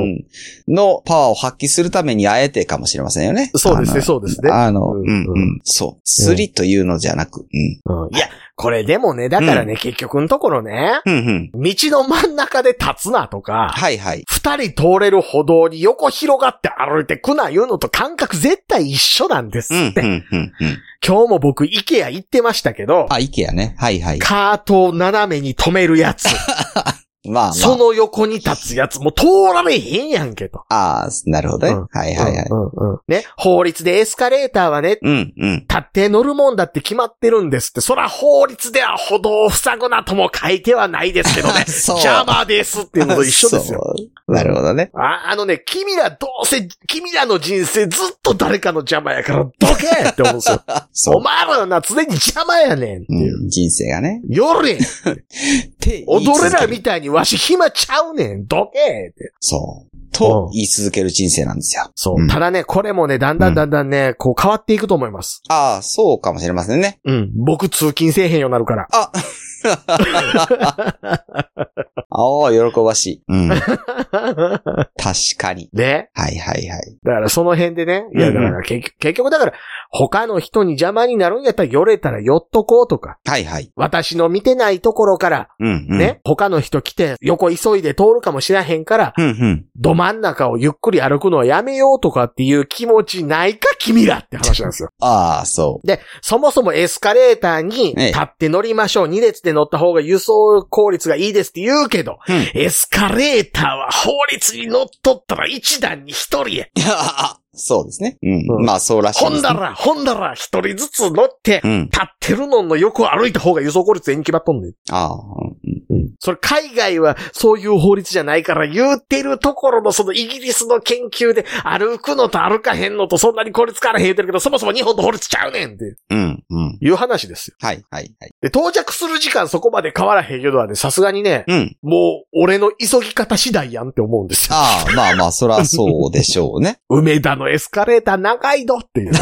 B: のパワーを発揮するためにあえてかもしれませんよね。
C: そうで
B: あ
C: す
B: の
C: ね、そうですね。
B: あの、う
C: うんん
B: うん。そう。すりというのじゃなく、うん。
C: うんいや、これでもね、だからね、結局のところね、
B: うんうん。
C: 道の真ん中で立つなとか、
B: はいはい。
C: 二人通れる歩道に横広がって歩いてくな言うのと感覚絶対一緒なんです
B: う
C: っ
B: ん
C: て。
B: うんうんうん。
C: 今日も僕、イケア行ってましたけど、
B: あ、イケアね。はいはい。
C: カートを斜めに止めるや つ、
B: まあまあ。
C: その横に立つやつ、もう通られへんやんけと。
B: ああ、なるほどね。
C: うん
B: はいはいはい。
C: うんうんうんね、法律でエスカレーターはね、
B: うんうん。。
C: 立って乗るもんだって決まってるんですって、そら法律では歩道を塞ぐなとも書いてはないですけどね
B: そう
C: 邪魔ですっていうのと一緒ですよ。
B: そうなるほどね。
C: ああのね、君らどうせ、君らの人生ずっと誰かの邪魔やからどけって思うんですよ。
B: そ
C: お前らな、常に邪魔やねんって
B: う。
C: いう。
B: うん、人生がね。
C: 夜や
B: って言い続
C: 踊
B: け
C: れ
B: る
C: らみたいにわし暇ちゃうねん、どけって。
B: そう。と
C: うん
B: 言い続ける人生なんですよ。
C: そうう。
B: ん
C: ただね、これもね、だんだんだんだんね、こう変わっていくと思います。
B: ああ、そうかもしれませんね。
C: うん。僕通勤せえへんようになるから。
B: あああ、喜ばしい。 うん。確かに。
C: ね。
B: はいはいはい。
C: だからその辺でね、
B: うん
C: い
B: う
C: や
B: ん
C: だから結局、結局だから、他の人に邪魔になるんやったら、よれたら寄っとこうとか、
B: はいはい。
C: 私の見てないところから、
B: うん、うん。
C: ね、他の人来て、横急いで通るかもしれへんから、
B: うんうん。
C: ど真ん中をゆっくり歩くのはやめようとかっていう気持ちないか、君らって話なんで すよ。
B: ああ、そ
C: で、そもそもエスカレーターに
B: ええ
C: 立って乗りましょう、2列で乗った方が輸送効率がいいですって言うけど、
B: う。うん。
C: エスカレーターは法律に乗っとったら1段に1人へ。
B: ああ そうですね。うん。
C: うん
B: まあ、そうらしいで
C: ほ
B: す、
C: んだら、ほんだら、一人ずつ乗って、
B: うん。
C: 立ってるのの横を歩いた方が輸送効率ええに決まっとんねん。
B: ああ、うん。
C: それ海外はそういう法律じゃないから言うてるところのそのイギリスの研究で歩くのと歩かへんのとそんなに効率変わらへんてるけどそもそも日本の法律ちゃうねんって
B: うん。うん。
C: いう話ですよ。
B: はい、はい、はい。
C: で、到着する時間そこまで変わらへんけどはね、さすがにね、
B: うん。
C: もう俺の急ぎ方次第やんって思うんですよ。
B: ああ、まあまあ、そらそうでしょう ね。
C: 梅田のエスカレーター長いのっていう。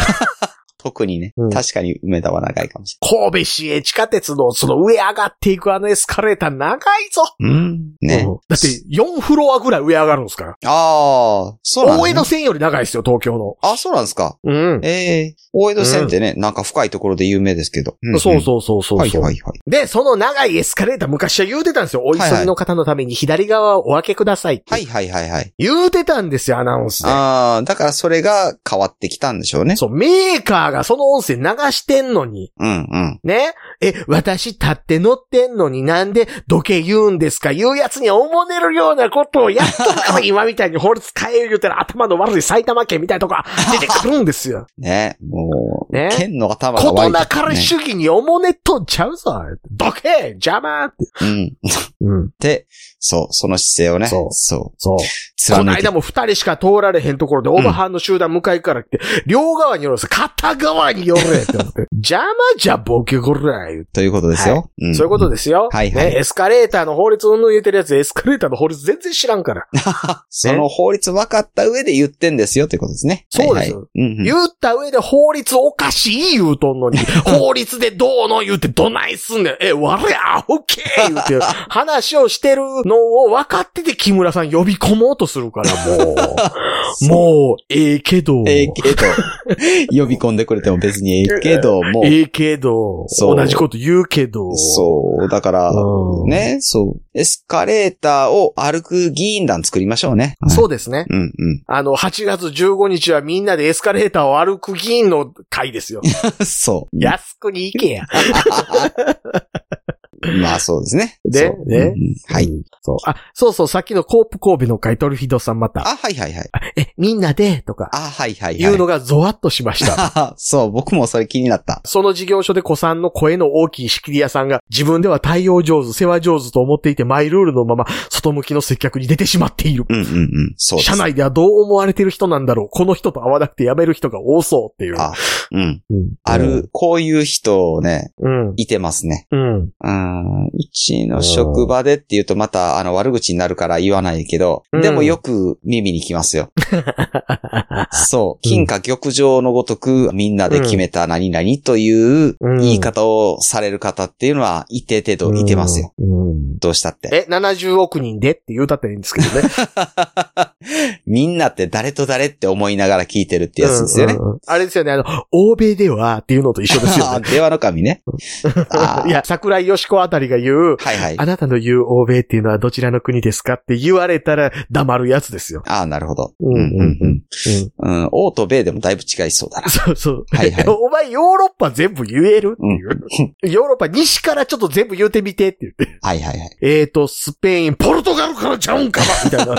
B: 特にね、
C: うん
B: 確かに梅田は長いかもし
C: 神戸市営地下鉄のその上上がっていくあのエスカレーター長いぞ。
B: れない。うん。ね。
C: うんだって4フロアぐらい上上がるんですから。
B: ああ、そうなん
C: 大江戸
B: ですね。
C: 線より長いですよ、東京の。
B: あ、そうなんですか。
C: うん。
B: ええ大江戸線ってね、なんか深いところで有名ですけど。
C: そうそうそうそうそう。
B: はいはいはい。
C: で、その長いエスカレーター昔は言うてたんですよ。お急
B: はいは
C: ぎ
B: い
C: の方のために左側をお開けくださいって。
B: はいはいはいはい。
C: 言うてたんですよ、アナウンスで。
B: ああ、だからそれが変わってきたんでしょうね。
C: そう、メーカーがその音声流してんのに、
B: うんうん。
C: ね。え、私立って乗ってんのになんでどけ言うんですか言うやつにはおもねるようなことをやっと か今みたいに法律変える言うたら頭の悪い埼玉県みたいなと こが出てくるんですよ。
B: ね、もう、
C: ね
B: 剣の頭が
C: こと
B: 湧いて
C: な
B: きて
C: かれ
B: ね
C: 主義におもねっとんちゃうぞ。どけ邪魔って。
B: うん。
C: うん。
B: で、そう、その姿勢をね、
C: そう
B: そう、
C: そう。この
B: 貫いて
C: 間。も二人しか通られへんところで、オバハンの集団向かいから来て、両側に寄るんですよ片側に寄れって思って。邪魔じゃボケこら言うて
B: ということですよ。ん
C: そういうことですよ。
B: はいはい
C: ね、エスカレーターの法律うんぬん言ってるやつ、エスカレーターの法律全然知らんから。
B: その法律分かった上で言ってんですよってことですね。
C: そうです
B: はいはいうんうん
C: 言った上で法律おかしい言うとんのに、法律でどうの言うてどないすんねん。え、悪いアホけ言うて、話をしてるのを分かってて木村さん呼び込もうとするから、もう。もう、ええけど。
B: ええけど、 呼び込んでくれても別にええけど、もう、
C: ええけど、
B: そう
C: 同じこと言うけど。
B: そう、だから、
C: うん
B: ね、そう、エスカレーターを歩く議員団作りましょうね。
C: そうですね。
B: うんうん。
C: あの、8月15日はみんなでエスカレーターを歩く議員の会ですよ。
B: そう。
C: 安くに行けや。
B: まあそうですね。
C: で
B: そう
C: ね
B: うんうんは
C: う
B: い。
C: んそう。あ、そうそう、さっきのコープ神戸の会、トルフィドさんまた。
B: あ、はいはいはい。
C: え、みんなで、とか、
B: あ、はいはいはい。
C: 言うのがゾワッとしました。
B: そう、僕もそれ気になった。
C: その事業所で子さんの声の大きい仕切り屋さんが自分では対応上手、世話上手と思っていてマイルールのまま外向きの接客に出てしまっている。
B: うんうんうん。そうです。
C: 社内ではどう思われてる人なんだろう。この人と会わなくて辞める人が多そうっていう。
B: あうん。
C: うん
B: ある、こういう人ね、
C: うん。
B: いてますね。
C: うん。
B: うん。うちの職場でって言うとまた、あの、悪口になるから言わないけど、
C: うん
B: でもよく耳にきます よ。そう。金貨玉上のごとく、みんなで決めた何々という
C: うん
B: 言い方をされる方っていうのは、いててといてますよ。
C: うん。
B: どうしたって。
C: え、70億人でって言うたっていいんですけどね。
B: みんなって誰と誰って思いながら 聞いてるってやつですよね。
C: うんうんうんあれですよね、あの、欧米ではっていうのと一緒ですよ
B: あ
C: ね。
B: 電話の神ね。 あー
C: いや、桜井よしこあたりが言う、
B: はいはい。
C: あなたの言う欧米っていうのはどちらの国ですかって言われたら黙るやつですよ。
B: ああ、なるほど。
C: うんうんうん
B: うん。うん。王と米でもだいぶ違いそう だな。
C: そうそう。
B: はいはい
C: お前ヨーロッパ全部言えるっていう。 ヨーロッパ西からちょっと全部言うてみてって言って。
B: はいはいはい。
C: えーと、スペイン、ポルトガルからちゃうんかなみ たいな。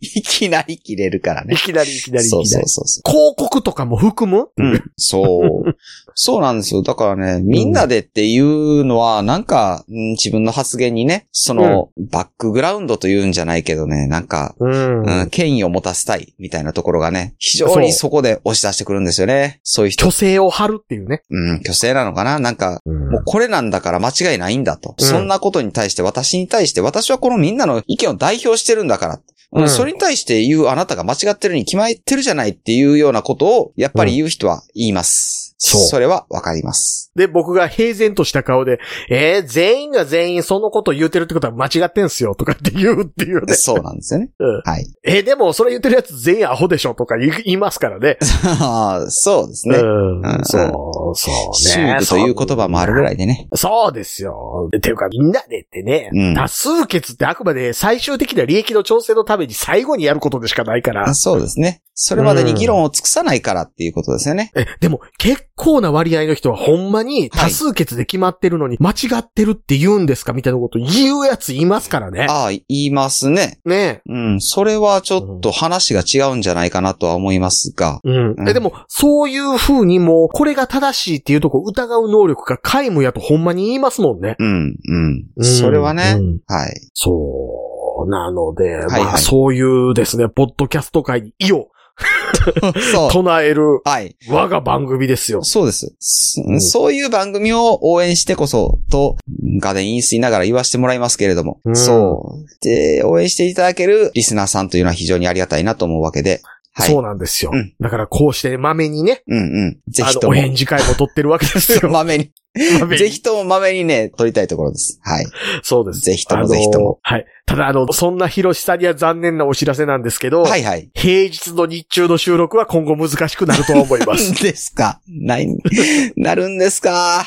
B: いきなり切れるから
C: い
B: ね。
C: きなりいきなりいき
B: そう
C: な
B: そ
C: り
B: う。そうそ
C: 広告とかも含む
B: う。うん。そう。そうなんですよ。だからね、みんなでっていうのは、なんか、うん自分の発言にね、その、バックグラウンドというんじゃないけどね、なんか、
C: うん
B: うん、権威を持たせたいみたいなところがね、非常にそこで押し出してくるんですよね。そういう人、
C: 虚勢を張るっていうね。
B: うん、虚勢なのかななんか、もうこれなんだから間違いないんだと。
C: うん
B: そんなことに対して私に対して私はこのみんなの意見を代表してるんだから。うん
C: うん
B: それに対して言うあなたが間違ってるに決まってるじゃないっていうようなことをやっぱり言う人は言います。
C: うんそう
B: それはわかります。
C: で、僕が平然とした顔で、えー、全員が全員そのこと言うてるってことは間違ってんすよ、とかって言うっていうね。
B: そうなんですよね。
C: うん
B: はい。
C: えー、でもそれ言ってるやつ全員アホでしょ、とか言い 言いますからね。
B: あーそうですね。
C: うん
B: ん
C: そう、そう
B: 修
C: ね。
B: 具という言葉もあるぐらいでね。
C: そうですよ。ていうか、みんなでってね、
B: うん
C: 多数決ってあくまで最終的な利益の調整のたために最後にやることでしかないから
B: あ。そうですね。それまでに議論を尽くさないからっていうことですよね。
C: え、でも結構な割合の人はほんまに多数決で決まってるのに間違ってるって言うんですかみたいなこと言うやついますからね。
B: ああ、言いますね。
C: ね
B: うん。それはちょっと話が違うんじゃないかなとは思いますが。
C: え。うん
B: う。ん
C: え、でも、そういう風にもう、これが正しいっていうとこ疑う能力が皆無やとほんまに言いますもんね。
B: うん、う
C: うん
B: ん。それはね
C: う。ん
B: はい。
C: そう。なので、
B: はい
C: まあ、そういうですね、ポッドキャスト界に意を
B: そう。
C: 唱える
B: はい。
C: 我が番組ですよ。
B: そうです。そ
C: うん
B: そういう番組を応援してこそ、と、画面飲水ながら言わせてもらいますけれども、
C: うん
B: そう。で、応援していただけるリスナーさんというのは非常にありがたいなと思うわけで、はい。
C: そううなんですよ。
B: うん
C: だからこうして豆にね、
B: んうん。ぜ
C: あ
B: ひ
C: の、
B: と
C: お
B: も。
C: 返事会も撮ってるわけです よ。
B: まめに。
C: 豆に
B: ぜひともまめにね、撮りたいところです。はい。
C: そうです。
B: ぜひと
C: あの
B: もぜひとも。
C: はい。ただ、あの、そんな広しさんには残念なお知らせなんですけど、
B: はいはい。。
C: 平日の日中の収録は今後難しくなるとは思いま す
B: ですか。ない、なるんですか。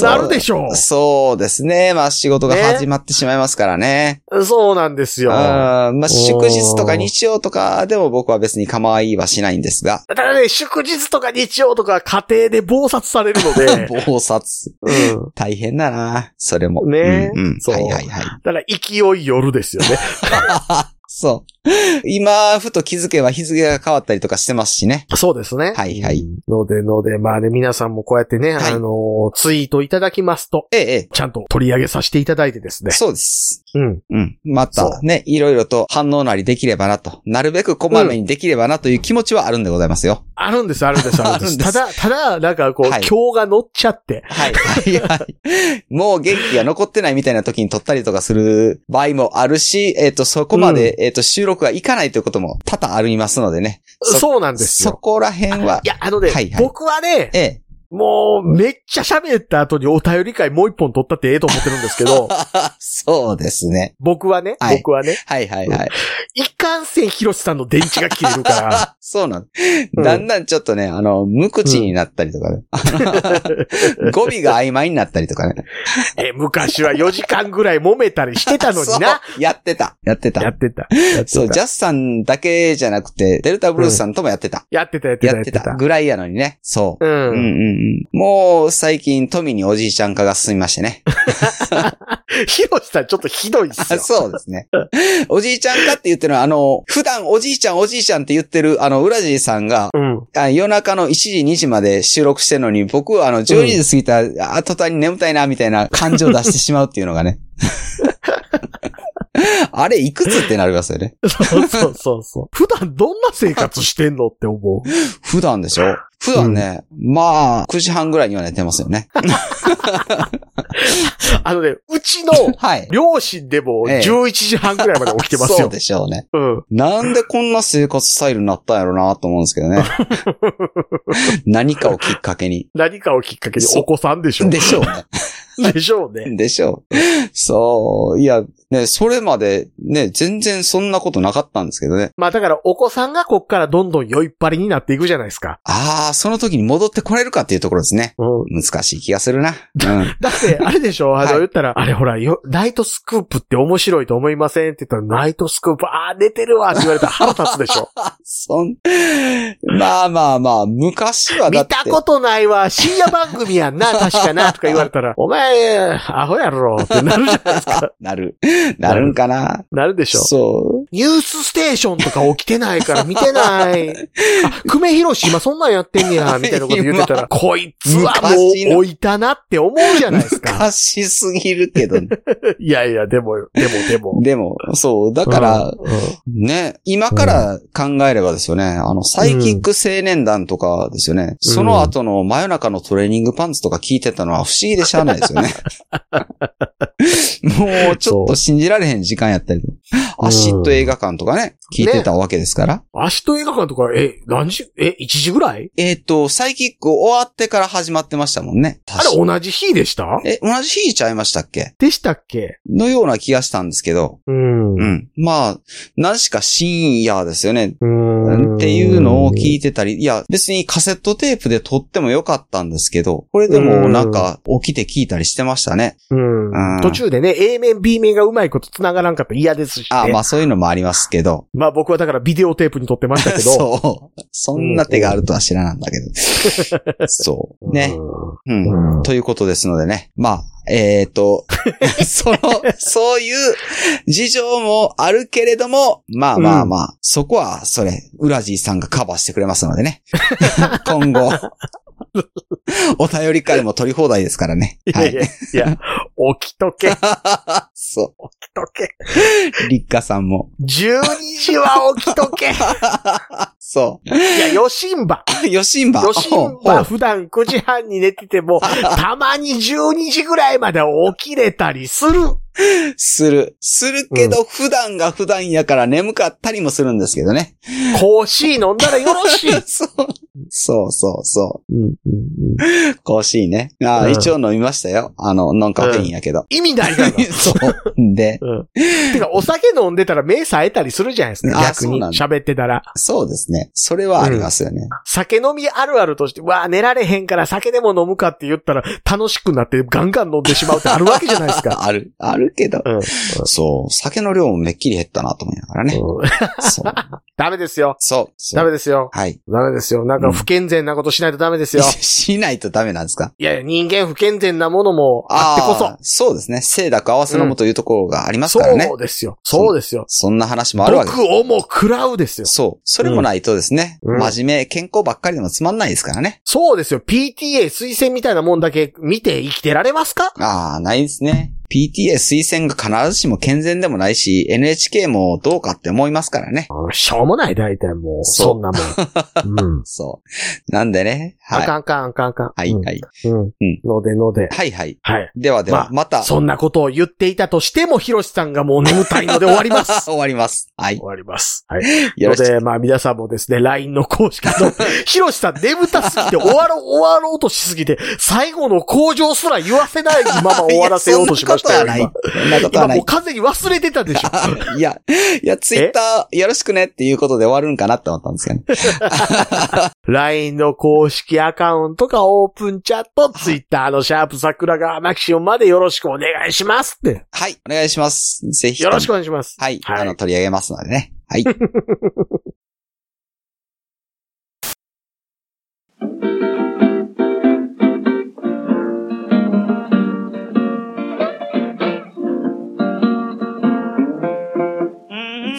C: なるでしょ
B: そうですね。まあ仕事が始まってしまいますからね
C: う。そうなんですよ。た
B: あーまあ、祝日と
C: お
B: か
C: ー
B: 日曜とかでも僕は別に構いはしないんですが。
C: だね、祝日とか日曜とか家庭で暴殺されるので、
B: 暴殺。
C: うん。
B: 大変だなそれも。
C: ね
B: うん、うん。
C: そう
B: はいはいはい。
C: だから勢い夜ですよね。
B: そう。今、ふと気づけば日付が変わったりとかしてますしね。
C: そうですね。
B: はいはい
C: うん。ので、ので、まあね、皆さんもこうやってね、
B: はい
C: あの、ツイートいただきますと、
B: ええ、え
C: ちゃんと取り上げさせていただいてです
B: え。
C: ね。
B: そうです。
C: うん。
B: うん。ま
C: そ
B: た
C: う
B: ね、いろいろと反応なりできればなと。なるべくこまめにできればなという気持ちはあるんでございますよ。
C: あるんです、あるんです、
B: あ
C: あるんで
B: る
C: す。
B: んで
C: た
B: す
C: だ、ただ、なんかこう、
B: はい
C: 今日が乗っちゃって、
B: はいはいはい。もう元気が残ってないみたいな時に撮ったりとかする場合もあるし、えっ、と、そこまで、えっ、と、収録がいかないということも多々ありますのでね。
C: そ
B: そう
C: なんです
B: そ
C: よ。、
B: こら辺はい
C: や、あのね、
B: はいはい
C: 僕はね、
B: え え。
C: もう、めっちゃ喋った後にお便り会もう一本撮ったってええと思ってるんです けど、
B: そうですね。
C: 僕はね、
B: はい
C: 僕はね、
B: はいはいはい。
C: いかんせんひろしさんの電池が切れるか
B: あ、 そうなん
C: うん
B: だんだんちょっとね、あの、無口になったりとかね。 語尾が曖昧になったりとかね。
C: ら、え昔は4時間ぐらい揉めたりしてたのにな。
B: そう。やってた。やって
C: や
B: た。
C: ってた。やってた
B: そう、ジャスさんだけじゃなくて、デルタブルースさんともやってた。
C: やってた、やってた、
B: や
C: や
B: っ
C: って
B: て
C: た
B: た。。ぐらいやのにね。そう。
C: う
B: うん
C: ん。
B: うんうん。もう、最近、富におじいちゃん化が進みましてね。
C: ひろしさんちょっとひどいっす
B: あ
C: よ。
B: そうですね。おじいちゃん化って言ってるのは、あの、普段おじいちゃんおじいちゃんって言ってる、あの、浦地さんが、
C: うん。
B: あ夜中の1時2時まで収録してるのに、僕はあの、12時過ぎたら、あ、途端に眠たいな、みたいな感情を出してしまうっていうのがね。 あれ、いくつってなりますよね。
C: そうそうそ うそう。普段どんな生活してんのって思う。
B: 普段でしょ普段ね、まあ、9時半ぐらいには寝てますよね。
C: あのね、うちの
B: はい。
C: 両親でも
B: ええ
C: 11時半ぐらいまで起きてます
B: そう
C: よ。
B: でしょうね。
C: うん。
B: なんでこんな生活スタイルになったんやろなと思うんですけど ね。何かをきっかけに。
C: 何かをきっかけに
B: そう
C: お子さんでしょ
B: でしょうね。
C: う。でしょうね。
B: でしょう。そう。いや、ね、それまで、ね、全然そんなことなかったんですけどね。
C: まあだからお子さんがこっからどんどん酔いっぱりになっていくじゃないですか。
B: ああ、その時に戻ってこれるかっていうところですね。
C: うん。
B: 難しい気がするな。うん。
C: だって、あれでし ょあ
B: は
C: の
B: い
C: 言ったら、あれほら、よ、ナイトスクープって面白いと思いませんって言ったら、ナイトスクープ、あー寝てるわって言われたら腹立つで しょ
B: そん、まあまあまあ、昔はだ
C: 見
B: って。
C: たことないわ深夜番組やんな、確かな、とか言われ たら、お前、アホやろってなるじゃないですか。
B: なる。なるんかな。
C: なるでしょ
B: そう。
C: ニュースステーションとか起きてないから見て ない。あ、久米博士今そんなんやってんね や、みたいなこと言ってたら、こいつは
B: 昔
C: も
B: の
C: う置いたなって思うじゃないですか。
B: 難しすぎるけど、
C: いやいや、でも、でも、でも。
B: でも、そう。だから、
C: うん、うん
B: ね、今から考えればですよね、あの、サイキック青年団とかですよね、その後の真夜中のトレーニングパンツとか聞いてたのは不思議でしゃあない ですよね。もうちょっと信じられへん時間やったりとか、
C: そう
B: アシット映画館とかね、聞いてたわけですから。
C: 明日映画館とか、え、何時、え、1時ぐらい
B: えっ、と、サイキック終わってから始まってましたもんね。
C: あ
B: 確
C: れ
B: か
C: 同じ日でした
B: え、同じ日ちゃいましたっけ
C: でしたっけ
B: のような気がしたんですけど。
C: うん。
B: う。
C: うん
B: まあ、何しか深夜ですよね。
C: ん
B: っていうのを聞いてたり、いや、別にカセットテープで撮ってもよかったんですけど、これでもなんか起きて聞いたりしてましたね。
C: うん
B: うん
C: 途中でね、A 面、B 面がうまいこと繋がらんかったら嫌ですし、ね。
B: あま
C: まあ。
B: あそういうのもありますけど。
C: 僕はだからビデオテープに撮ってましたけど。
B: そう。そんな手があるとは知らなんだけ ど。そう。ね。うん。
C: うん。
B: ということですのでね。まあ、えっ、 と、その、そういう事情もあるけれども、まあまあまあ、そこは、それ、ウラジーさんがカバーしてくれますのでね。 今後、お便り会も取り放題ですからね。
C: い
B: は
C: やい
B: い。
C: や、いや、起きとけ、起き
B: そ
C: とけ。
B: う。立花さんも。
C: 12時は起きとけ。い
B: そう。
C: や、ヨシンバ。
B: あ、ヨシンバ。
C: ヨシン
B: ほ
C: バ
B: う
C: 普段9時半に寝てても、たまに12時ぐらいまで起きれたりする。
B: する。するけど、普段が普段やから眠かったりもするんですけどね。
C: コーシー飲んだらよろしい。
B: そう。そうそうそう。
C: うん
B: コーシーね。ああ、
C: うん
B: 一応飲みましたよ。あの、ノンカフェインやけど。
C: 意味ないから。
B: そう。で、
C: うん。てか、お酒飲んでたら目冴えたりするじゃないですか。
B: あ
C: 逆
B: そう
C: に
B: なんだ
C: 喋ってたら。
B: そうですね。それはありますよね。
C: 酒飲みあるあるとして、わあ、寝られへんから酒でも飲むかって言ったら楽しくなってガンガン飲んでしまうってあるわけじゃないです か。
B: ある、あるけど。
C: うんうん
B: そう。酒の量もめっきり減ったなと思いながらね。そう。
C: ダメですよ。
B: そう。そう
C: ダメですよ。
B: はい。
C: ダメですよ。なんか不健全なことしないとダメですよ。
B: しないとダメなんですか
C: いやいや、人間不健全なものもあってこそ
B: あ。ーそうですね。性高合わせのもというところがありますからね。
C: そうですよ。そうですよ。
B: そんな話もあるわけです
C: 毒をも食らうですよ。
B: そう。それもないとですね、
C: うん
B: 真面目、健康ばっかりでもつまんないですからね。
C: そうですよ。PTA 推薦みたいなもんだけ見て生きてられますか
B: ああ、ないですね。PTA 推薦が必ずしも健全でもないし、NHK もどうかって思いますからね。
C: しょうもない、大体もう。
B: そう
C: そんな もん。うん。
B: そう。なんでね。は
C: あ
B: い。
C: かんあかんあかんあかん。
B: はい、はい。
C: うん。うん
B: うん
C: のでので。
B: はい、はい。
C: はい。
B: ではでは、
C: まあ
B: また、
C: そんなことを言っていたとしても、ひろしさんがもう眠たいので終わりま す。
B: 終わります。はい
C: 終。わります。はい。
B: よろし
C: の
B: く。
C: で、まあ皆さんもですね、LINE の公式 の、ひろしさん眠たすぎて終わろう、終わろうとしすぎて、最後の向上すら言わせないまま終わらせようとし ましたよ、
B: いや
C: 今。
B: そんなこと
C: 今
B: はな
C: もう
B: い。
C: 完全に忘れてた でしょ。
B: そんなことはない。いや、いや、ツイッターよろしくねっていうことで終わるんかなって思ったんですけどね。
C: LINE の公式アカウントかオープンチャット、Twitter のシャープ桜川マキシオンまでよろしくお願いしますって。
B: はい、お願いします。ぜひ。
C: よろしくお願いします。
B: はい、
C: はい
B: あの、取り上げますのでね。はい。